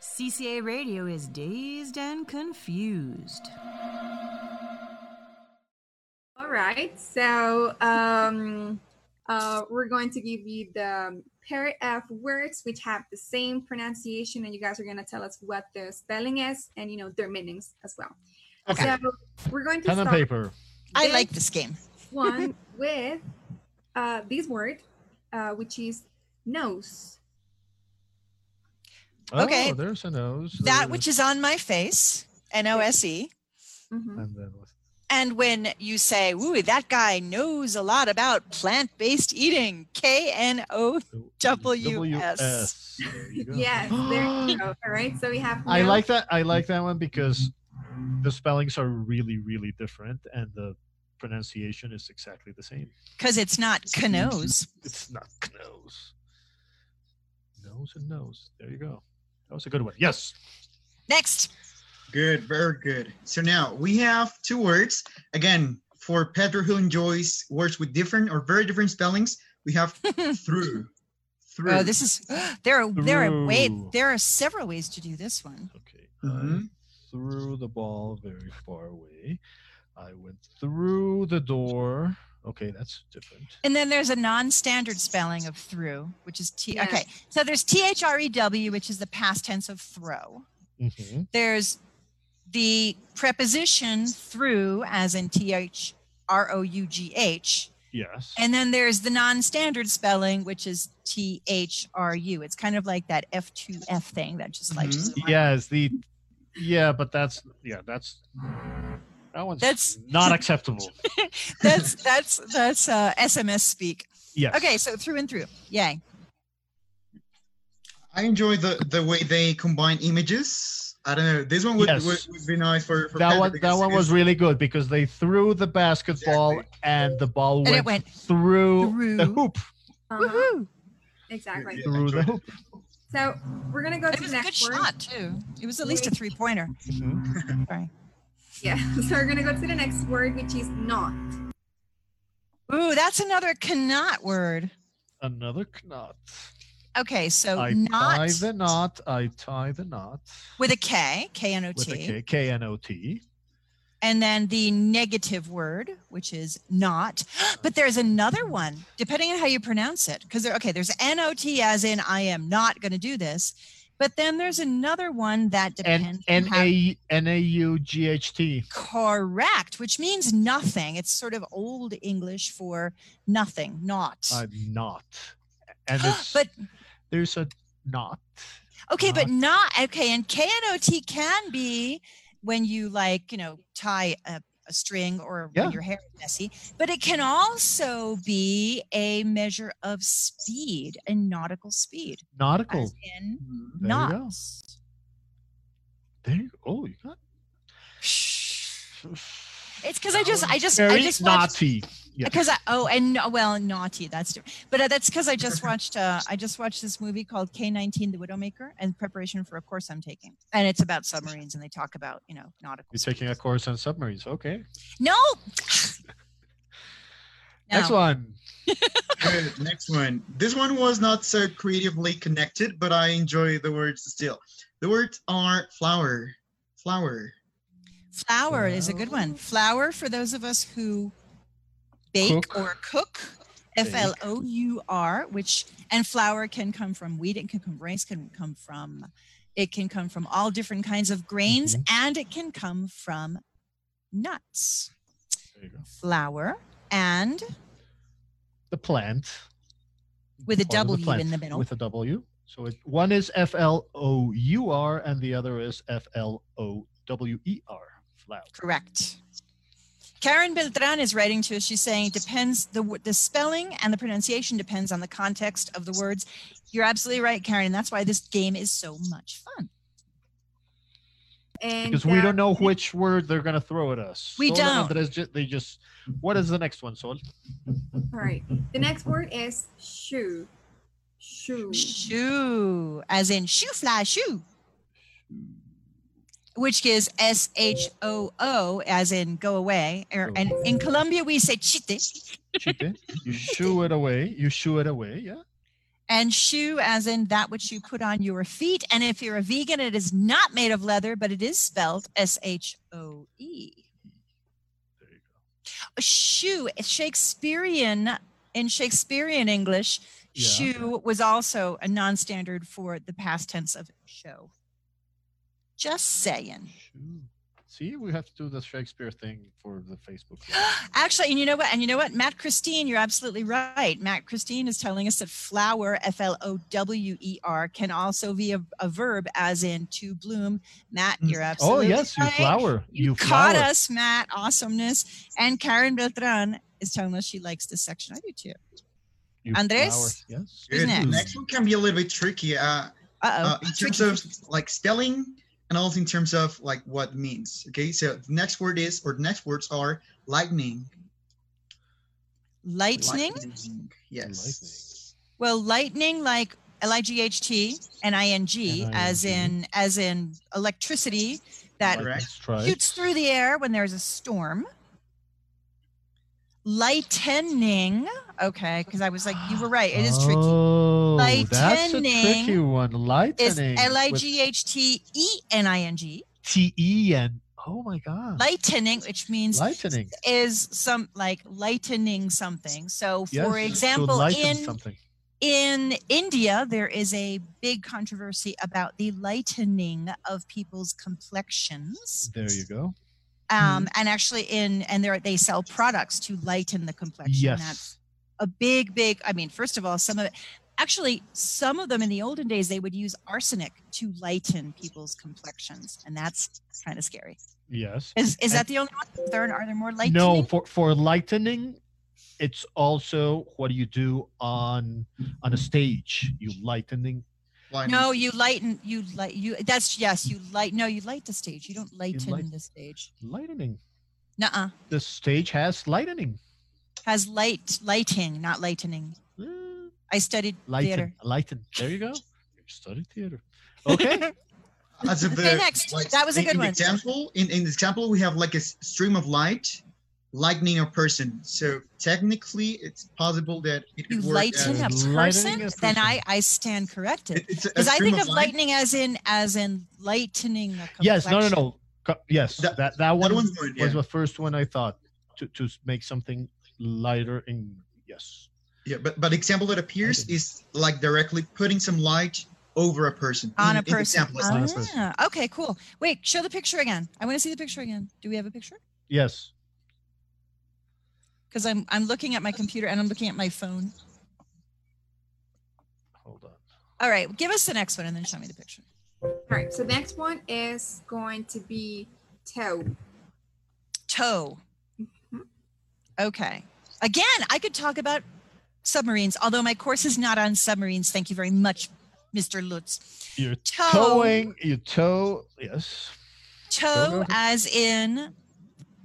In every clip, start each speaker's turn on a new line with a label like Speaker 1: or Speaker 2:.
Speaker 1: CCA Radio is dazed and confused.
Speaker 2: All right, so um, uh, we're going to give you the um, pair of words which have the same pronunciation, and you guys are going to tell us what the spelling is and you know their meanings as well.
Speaker 3: Okay.
Speaker 2: So we're going to
Speaker 3: Pen and
Speaker 2: start
Speaker 3: paper.
Speaker 4: I
Speaker 2: This
Speaker 4: like this game.
Speaker 2: one with uh, this word, uh, which is nose.
Speaker 4: Okay.
Speaker 3: Oh, there's a nose.
Speaker 4: That
Speaker 3: there's-
Speaker 4: which is on my face, N O S E.
Speaker 2: Mhm.
Speaker 3: And then with-
Speaker 4: And when you say, ooh, that guy knows a lot about plant based eating, K N O. WS.
Speaker 3: WS. There you go.
Speaker 2: Yes, there you go. All right, so we have.
Speaker 3: I
Speaker 2: nose.
Speaker 3: like that. I like that one because the spellings are really, really different, and the pronunciation is exactly the same.
Speaker 4: Because it's not Knows.
Speaker 3: It's not nose. Nose and nose. There you go. That was a good one. Yes.
Speaker 4: Next.
Speaker 5: Good, very good. So now we have two words. Again, for Pedro who enjoys words with different or very different spellings, we have through. Through.
Speaker 4: Oh, this is there are there are wait
Speaker 3: Through.
Speaker 4: there are several ways to do this one.
Speaker 3: Okay.
Speaker 4: Mm-hmm.
Speaker 5: Mhm.
Speaker 3: I threw the ball very far away. I went through the door. Okay, that's different.
Speaker 4: And then there's a non-standard spelling of through, which is T
Speaker 2: Yeah.
Speaker 4: okay. So there's T H R E W, which is the past tense of throw.
Speaker 3: Mm-hmm.
Speaker 4: There's the preposition through as in T H R O U G H.
Speaker 3: Yes.
Speaker 4: And then there's the non-standard spelling, which is T H R U. It's kind of like that F two F thing that just like
Speaker 5: Mhm.
Speaker 4: just-
Speaker 3: yes, the yeah, but that's yeah, that's that one's
Speaker 4: That's-
Speaker 3: not acceptable.
Speaker 4: that's that's that's uh, SMS speak.
Speaker 3: Yes.
Speaker 4: Okay, so through and through. Yay.
Speaker 5: I enjoy the, the way they combine images. I don't know. This one would,
Speaker 3: Yes.
Speaker 5: would, would be nice for, for
Speaker 3: That
Speaker 5: Pedro
Speaker 3: one, that
Speaker 5: because
Speaker 3: one
Speaker 5: it
Speaker 3: was
Speaker 5: is-
Speaker 3: really good because they threw the basketball
Speaker 5: Exactly.
Speaker 3: and the ball
Speaker 4: And
Speaker 3: went,
Speaker 4: it went
Speaker 3: through, the
Speaker 4: through.
Speaker 3: hoop.
Speaker 2: Uh-huh,
Speaker 4: Woohoo.
Speaker 2: Exactly.
Speaker 5: Yeah, I
Speaker 3: Through the
Speaker 5: enjoyed it.
Speaker 3: hoop.
Speaker 2: So we're gonna go
Speaker 4: It
Speaker 2: to
Speaker 4: was
Speaker 2: the
Speaker 4: a good
Speaker 2: next word.
Speaker 4: shot too. It was at least a three pointer. Sorry.
Speaker 2: Yeah. So we're gonna go to the next word, which is not.
Speaker 4: Ooh, that's another cannot word.
Speaker 3: Another knot.
Speaker 4: Okay, so
Speaker 3: I tie
Speaker 4: not
Speaker 3: the knot. I tie the knot
Speaker 4: with a K, K N O
Speaker 3: with a
Speaker 4: T,
Speaker 3: K. K N O T.
Speaker 4: and then the negative word, which is not. But there's another one, depending on how you pronounce it. Because there, okay, there's N O T as in I am not going to do this. But then there's another one that
Speaker 3: And
Speaker 4: depends. on
Speaker 3: N
Speaker 4: how-
Speaker 3: A N A U G H T.
Speaker 4: correct, which means nothing. It's sort of old English for nothing, not.
Speaker 3: I'm not. And it's
Speaker 4: But-
Speaker 3: there's a knot.
Speaker 4: Okay,
Speaker 3: Uh-huh.
Speaker 4: but not okay. And KNOT can be when you like, you know, tie a, a string or
Speaker 3: Yeah.
Speaker 4: when your hair is messy, but it can also be a measure of speed and nautical speed.
Speaker 3: Nautical.
Speaker 4: As in
Speaker 3: Mm-hmm.
Speaker 5: Mhm.
Speaker 3: There you go.
Speaker 4: knots.
Speaker 3: There you Oh, you got
Speaker 4: It's because I just, I just,
Speaker 3: very
Speaker 4: I just watched.
Speaker 3: naughty. Yes.
Speaker 4: Because I oh and no- well naughty that's different. but uh, that's because I just watched uh, I just watched this movie called K nineteen the Widowmaker in preparation for a course I'm taking and it's about submarines and they talk about you know nautical.
Speaker 3: You're taking a
Speaker 4: speeds.
Speaker 3: course on submarines. Okay.
Speaker 4: No. No.
Speaker 3: Next one.
Speaker 5: Good. Next one. This one was not so creatively connected, but I enjoy the words still. The words are flower, flower.
Speaker 4: Flour is a good one. Flour for those of us who bake
Speaker 3: Cook.
Speaker 4: or cook. F L O U R, which and flour can come from wheat, it can come from rice, can come from it can come from all different kinds of grains,
Speaker 3: Mm-hmm.
Speaker 4: and it can come from nuts.
Speaker 3: There you go.
Speaker 4: Flour and
Speaker 3: The plant.
Speaker 4: With a
Speaker 3: Part of
Speaker 4: W
Speaker 3: plant,
Speaker 4: in the middle.
Speaker 3: With a W. So it, one is F L O U R and the other is F L O W E R. Flower.
Speaker 4: Correct. Karen Beltran is writing to us. She's saying it depends the wo- the spelling and the pronunciation depends on the context of the words. You're absolutely right, Karen, and that's why this game is so much fun.
Speaker 2: And
Speaker 3: Because we
Speaker 2: uh,
Speaker 3: don't know which word they're going to throw at us.
Speaker 4: We don't.
Speaker 3: Andres ju- they just, what is the next one, Sol?
Speaker 2: uh, All right. The next word is shoe. Shoe.
Speaker 4: Shoe, as in shoe fly shoe, which is S H O O, as in go away. Or, and in Colombia we say chite,
Speaker 3: Chite. You shoo it away. You shoo it away. Yeah.
Speaker 4: and shoe as in that which you put on your feet. And if you're a vegan, it is not made of leather, but it is spelled S H O E.
Speaker 3: There you go.
Speaker 4: Shoe, Shakespearean, in Shakespearean English,
Speaker 3: Yeah.
Speaker 4: shoe was also a non standard for the past tense of show. Just saying.
Speaker 3: Shoot. See, we have to do the Shakespeare thing for the Facebook.
Speaker 4: Actually, and you know what? And you know what? Matt Christine, you're absolutely right. Matt Christine is telling us that flower, F L O W E R, can also be a, a verb as in to bloom. Matt, you're
Speaker 3: oh
Speaker 4: absolutely
Speaker 3: yes, you
Speaker 4: right.
Speaker 3: flower. You,
Speaker 4: You, caught
Speaker 3: flower.
Speaker 4: us, Matt. Awesomeness. And Karen Beltran is telling us she likes this section. I do too.
Speaker 3: You
Speaker 4: Andres?
Speaker 3: flower. Yes.
Speaker 4: Who's
Speaker 5: Good.
Speaker 4: next?
Speaker 5: Next one can be a little bit tricky. Uh,
Speaker 4: Uh
Speaker 5: uh,
Speaker 4: oh.
Speaker 5: in terms of like spelling and also in terms of like what means. Okay, so the next word is or the next words are lightning.
Speaker 4: Lightning.
Speaker 5: Yes.
Speaker 4: Well, lightning, like L I G H T and I N G, as in as in electricity that
Speaker 3: Like
Speaker 5: Correct.
Speaker 3: the stripes.
Speaker 4: shoots through the air when there's a storm. Lightening. Okay, because I was like, you were right. It is tricky.
Speaker 3: Oh, that's a
Speaker 4: Lightening
Speaker 3: tricky one.
Speaker 4: It's
Speaker 3: Lightning.
Speaker 4: L I G H T E N I N G.
Speaker 3: T E N. Oh my God.
Speaker 4: Lightening, which means
Speaker 3: Lightening.
Speaker 4: is some like lightening something. So, for
Speaker 3: Yes, to
Speaker 4: example,
Speaker 3: lighten
Speaker 4: in
Speaker 3: something.
Speaker 4: in India, there is a big controversy about the lightening of people's complexions.
Speaker 3: There you go. Mm-hmm.
Speaker 4: Um, and actually, in and there they sell products to lighten the complexion. That's
Speaker 3: Yes.
Speaker 4: a big, big. I mean, first of all, some of it. Actually, some of them in the olden days they would use arsenic to lighten people's complexions, and that's kind of scary.
Speaker 3: Yes.
Speaker 4: Is is that the only one? There are there more lightening?
Speaker 3: No, for for lightening, it's also what you do on on a stage. You lightening.
Speaker 5: Lightning.
Speaker 4: No, you lighten. You light. You. That's yes. You light. No, you light the stage. You don't lighten
Speaker 3: light-
Speaker 4: the stage.
Speaker 3: Lightening.
Speaker 4: Nuh-uh.
Speaker 3: The stage has lightening.
Speaker 4: Has light lighting, not lightening.
Speaker 3: Mm,
Speaker 4: I studied
Speaker 3: Lighten.
Speaker 4: theater.
Speaker 3: Lighten. There you go. You study theater. Okay.
Speaker 5: As a
Speaker 4: Okay,
Speaker 5: verb,
Speaker 4: next. That was a
Speaker 5: in-
Speaker 4: good
Speaker 5: in the
Speaker 4: one.
Speaker 5: Example in in the example we have like a s- stream of light, lightning a person. So technically, it's possible that it
Speaker 4: You
Speaker 5: could work.
Speaker 4: lighten
Speaker 5: as-
Speaker 4: a person,
Speaker 3: Lightening a
Speaker 4: then
Speaker 3: person.
Speaker 4: I I stand corrected
Speaker 5: it- it's a- a
Speaker 4: because I
Speaker 5: stream
Speaker 4: think of
Speaker 5: light.
Speaker 4: lightning as in as in lightening. A
Speaker 3: yes. No. No.
Speaker 4: complexion.
Speaker 3: No. Co- Yes.
Speaker 5: That-
Speaker 3: That that,
Speaker 5: That
Speaker 3: one
Speaker 5: one's
Speaker 3: was
Speaker 5: good. Yeah.
Speaker 3: the first one I thought to to s- make something lighter. In yes.
Speaker 5: yeah, but but example that appears
Speaker 3: Lightning.
Speaker 5: is like directly putting some light over a person.
Speaker 4: On
Speaker 5: in-
Speaker 4: a
Speaker 5: in the
Speaker 4: person.
Speaker 5: example, it's
Speaker 3: On a
Speaker 5: not-
Speaker 3: person.
Speaker 4: Ah, okay, cool. Wait, show the picture again. I want to see the picture again. Do we have a picture?
Speaker 3: Yes.
Speaker 4: Because I'm I'm looking at my computer and I'm looking at my phone.
Speaker 3: Hold on.
Speaker 4: All right, give us the next one and then show me the picture.
Speaker 2: All right, so next one is going to be toe.
Speaker 4: toe. Okay. Again, I could talk about submarines, although my course is not on submarines. Thank you very much, Mr. Lutz.
Speaker 3: You're
Speaker 4: Toe.
Speaker 3: towing. You tow. Yes.
Speaker 4: Toe
Speaker 3: Toe.
Speaker 4: as in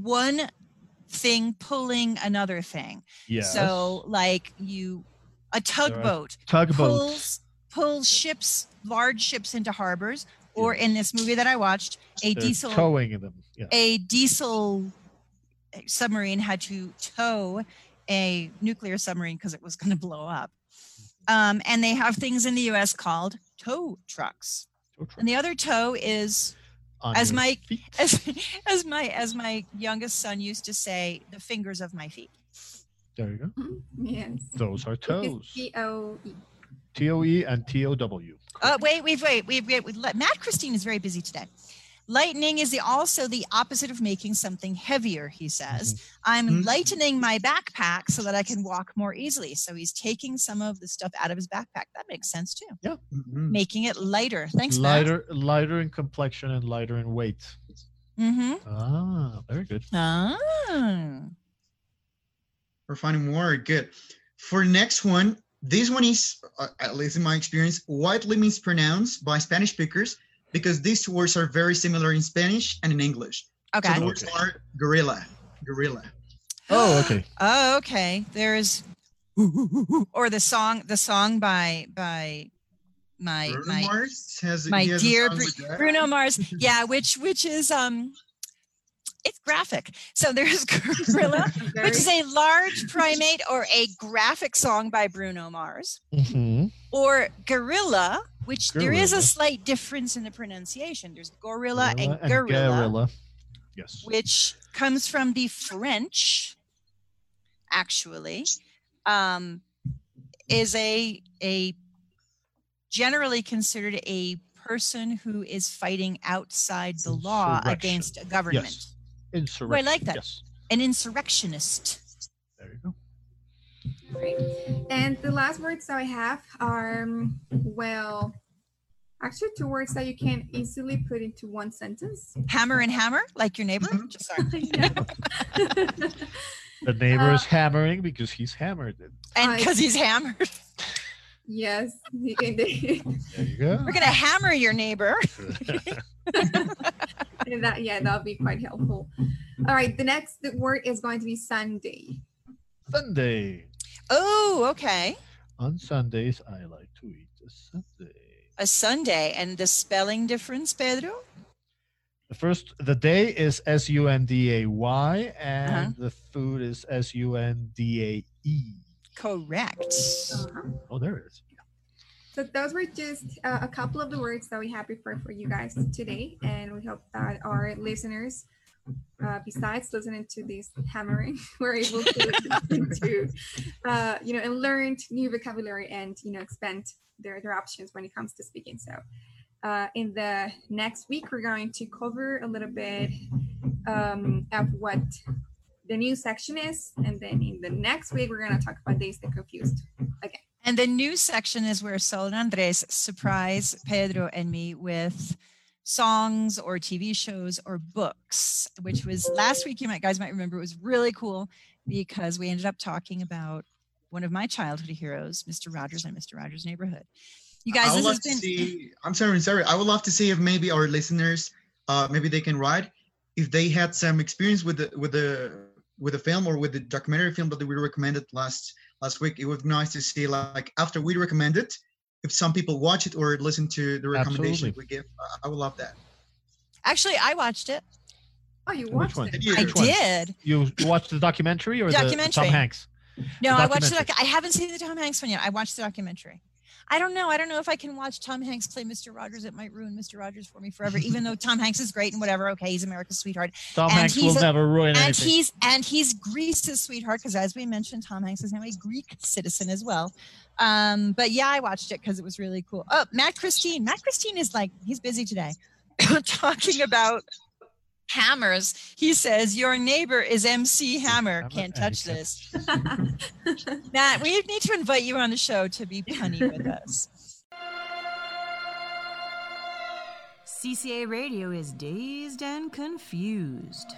Speaker 4: one thing pulling another thing.
Speaker 3: Yes.
Speaker 4: So, like you, a tugboat
Speaker 3: tugboats.
Speaker 4: pulls pulls ships, large ships into harbors, or in this movie that I watched, a
Speaker 3: They're
Speaker 4: diesel
Speaker 3: towing them. Yeah.
Speaker 4: a diesel submarine had to tow a nuclear submarine because it was going to blow up. Um, and they have things in the US called tow trucks.
Speaker 3: Tow truck
Speaker 4: And the other tow is
Speaker 3: on
Speaker 4: as
Speaker 3: your
Speaker 4: my-
Speaker 3: feet.
Speaker 4: as, as my as my youngest son used to say, the fingers of my feet.
Speaker 3: there you go.
Speaker 2: Yes.
Speaker 3: Those are toes.
Speaker 2: T O E.
Speaker 3: T O E and T O W.
Speaker 4: Uh, wait, wait, wait, wait, wait, wait. let- Matt Christine is very busy today. Lightening is the, also the opposite of making something heavier, he
Speaker 3: Mm-hmm.
Speaker 4: says. I'm
Speaker 5: Mhm.
Speaker 4: lightening my backpack so that I can walk more easily. So he's taking some of the stuff out of his backpack. That makes sense too.
Speaker 5: Mhm.
Speaker 4: Making it lighter. Thanks, Matt.
Speaker 3: Hmm. lighter, lighter in complexion and lighter in weight.
Speaker 4: Mm-hmm.
Speaker 3: Ah, very good.
Speaker 4: Ah.
Speaker 5: We're finding more. Good. For next one, this one is, uh, at least in my experience, widely mispronounced by Spanish speakers because these two words are very similar in Spanish and in English.
Speaker 4: Okay.
Speaker 5: So the words
Speaker 3: Okay.
Speaker 5: are gorilla, gorilla.
Speaker 3: Oh, okay.
Speaker 4: Oh, okay. There's or the song the song by by my
Speaker 5: Bruno
Speaker 4: my
Speaker 5: Mars has,
Speaker 4: my
Speaker 5: he has a
Speaker 4: dear
Speaker 5: song
Speaker 4: Bru-
Speaker 5: with that.
Speaker 4: Bruno Mars. Yeah, which which is um it's graphic. So there's Gorilla, which is a large primate or a graphic song by Bruno Mars,
Speaker 3: Mm-hmm.
Speaker 4: or Gorilla, which there is a
Speaker 3: Gorilla.
Speaker 4: slight difference in the pronunciation. There's Gorilla, and Gorilla,
Speaker 3: Yes.
Speaker 4: which comes from the French, actually, um, is a a generally considered a person who is fighting outside the law
Speaker 3: Insurrection.
Speaker 4: against a government.
Speaker 3: Yes. Insurrection.
Speaker 4: Oh, that.
Speaker 3: Yes.
Speaker 4: An insurrectionist.
Speaker 3: There you go.
Speaker 2: Right. And the last words that I have are, um, well, actually two words that you can easily put into one sentence.
Speaker 4: Hammer and hammer, like your neighbor.
Speaker 3: Mm-hmm.
Speaker 5: Mhm.
Speaker 4: Just sorry.
Speaker 3: The
Speaker 4: Uh,
Speaker 3: neighbor is hammering because he's hammered.
Speaker 4: And
Speaker 2: I-
Speaker 4: because he's hammered.
Speaker 2: yes. you can do-
Speaker 3: There you go.
Speaker 4: We're gonna hammer your neighbor.
Speaker 2: and that, yeah, that'll be quite helpful. All right. The next word is going to be Sunday.
Speaker 3: Sunday.
Speaker 4: Oh, okay.
Speaker 3: On Sundays, I like to eat a Sunday.
Speaker 4: A Sunday. And the spelling difference, Pedro?
Speaker 3: The first, the day is S U N D A Y, and
Speaker 4: Uh-huh.
Speaker 3: the food is S U N D A E.
Speaker 4: Correct.
Speaker 2: Uh-huh.
Speaker 3: Oh, there it is.
Speaker 2: So those were just uh, a couple of the words that we have prepared for you guys today, and we hope that our listeners, uh, besides listening to this hammering, were able to, to uh, you know, and learn new vocabulary and you know expand their their options when it comes to speaking. So. Uh, in the next week, we're going to cover a little bit um, of what the new section is, and then in the next week, we're going to talk about days that confused.
Speaker 4: And the new section is where Sol and Andres surprise Pedro and me with songs or TV shows or books, which was last week. You might guys might remember it was really cool because we ended up talking about one of my childhood heroes, Mr. Rogers and Mr. Rogers' Neighborhood. You guys,
Speaker 5: I would
Speaker 4: this has
Speaker 5: love to
Speaker 4: been
Speaker 5: see. I'm sorry, I'm sorry. I would love to see if maybe our listeners, uh, maybe they can write if they had some experience with the with the with the film or with the documentary film that we recommended last last week. It would be nice to see like after we recommend it, if some people watch it or listen to the recommendation
Speaker 3: Absolutely.
Speaker 5: we give. uh, I- I would love that.
Speaker 4: actually I watched it.
Speaker 2: Oh, you
Speaker 3: Which
Speaker 2: watched
Speaker 3: one?
Speaker 2: it.
Speaker 5: Did you?
Speaker 4: I
Speaker 3: Which one?
Speaker 4: did.
Speaker 3: You watched the documentary or the Tom
Speaker 4: Documentary.
Speaker 3: Hanks?
Speaker 4: No, I watched the
Speaker 3: documentary.
Speaker 4: doc- I haven't seen the Tom Hanks one yet. I watched the documentary. I don't know. I don't know if I can watch Tom Hanks play Mr. Rogers. It might ruin Mr. Rogers for me forever, even though Tom Hanks is great and whatever. Okay, he's America's sweetheart.
Speaker 3: Tom
Speaker 4: And
Speaker 3: Hanks
Speaker 4: he's
Speaker 3: will
Speaker 4: a-
Speaker 3: never ruin
Speaker 4: and
Speaker 3: anything.
Speaker 4: he's and he's Greece's sweetheart because as we mentioned, Tom Hanks is now a Greek citizen as well. Um, but yeah, I watched it because it was really cool. Oh, Matt Christine. Matt Christine is like he's busy today, talking about hammers. He says your neighbor is MC Hammer. Can't touch this. Matt, we need to invite you on the show to be punny with us.
Speaker 1: CCA Radio is dazed and confused.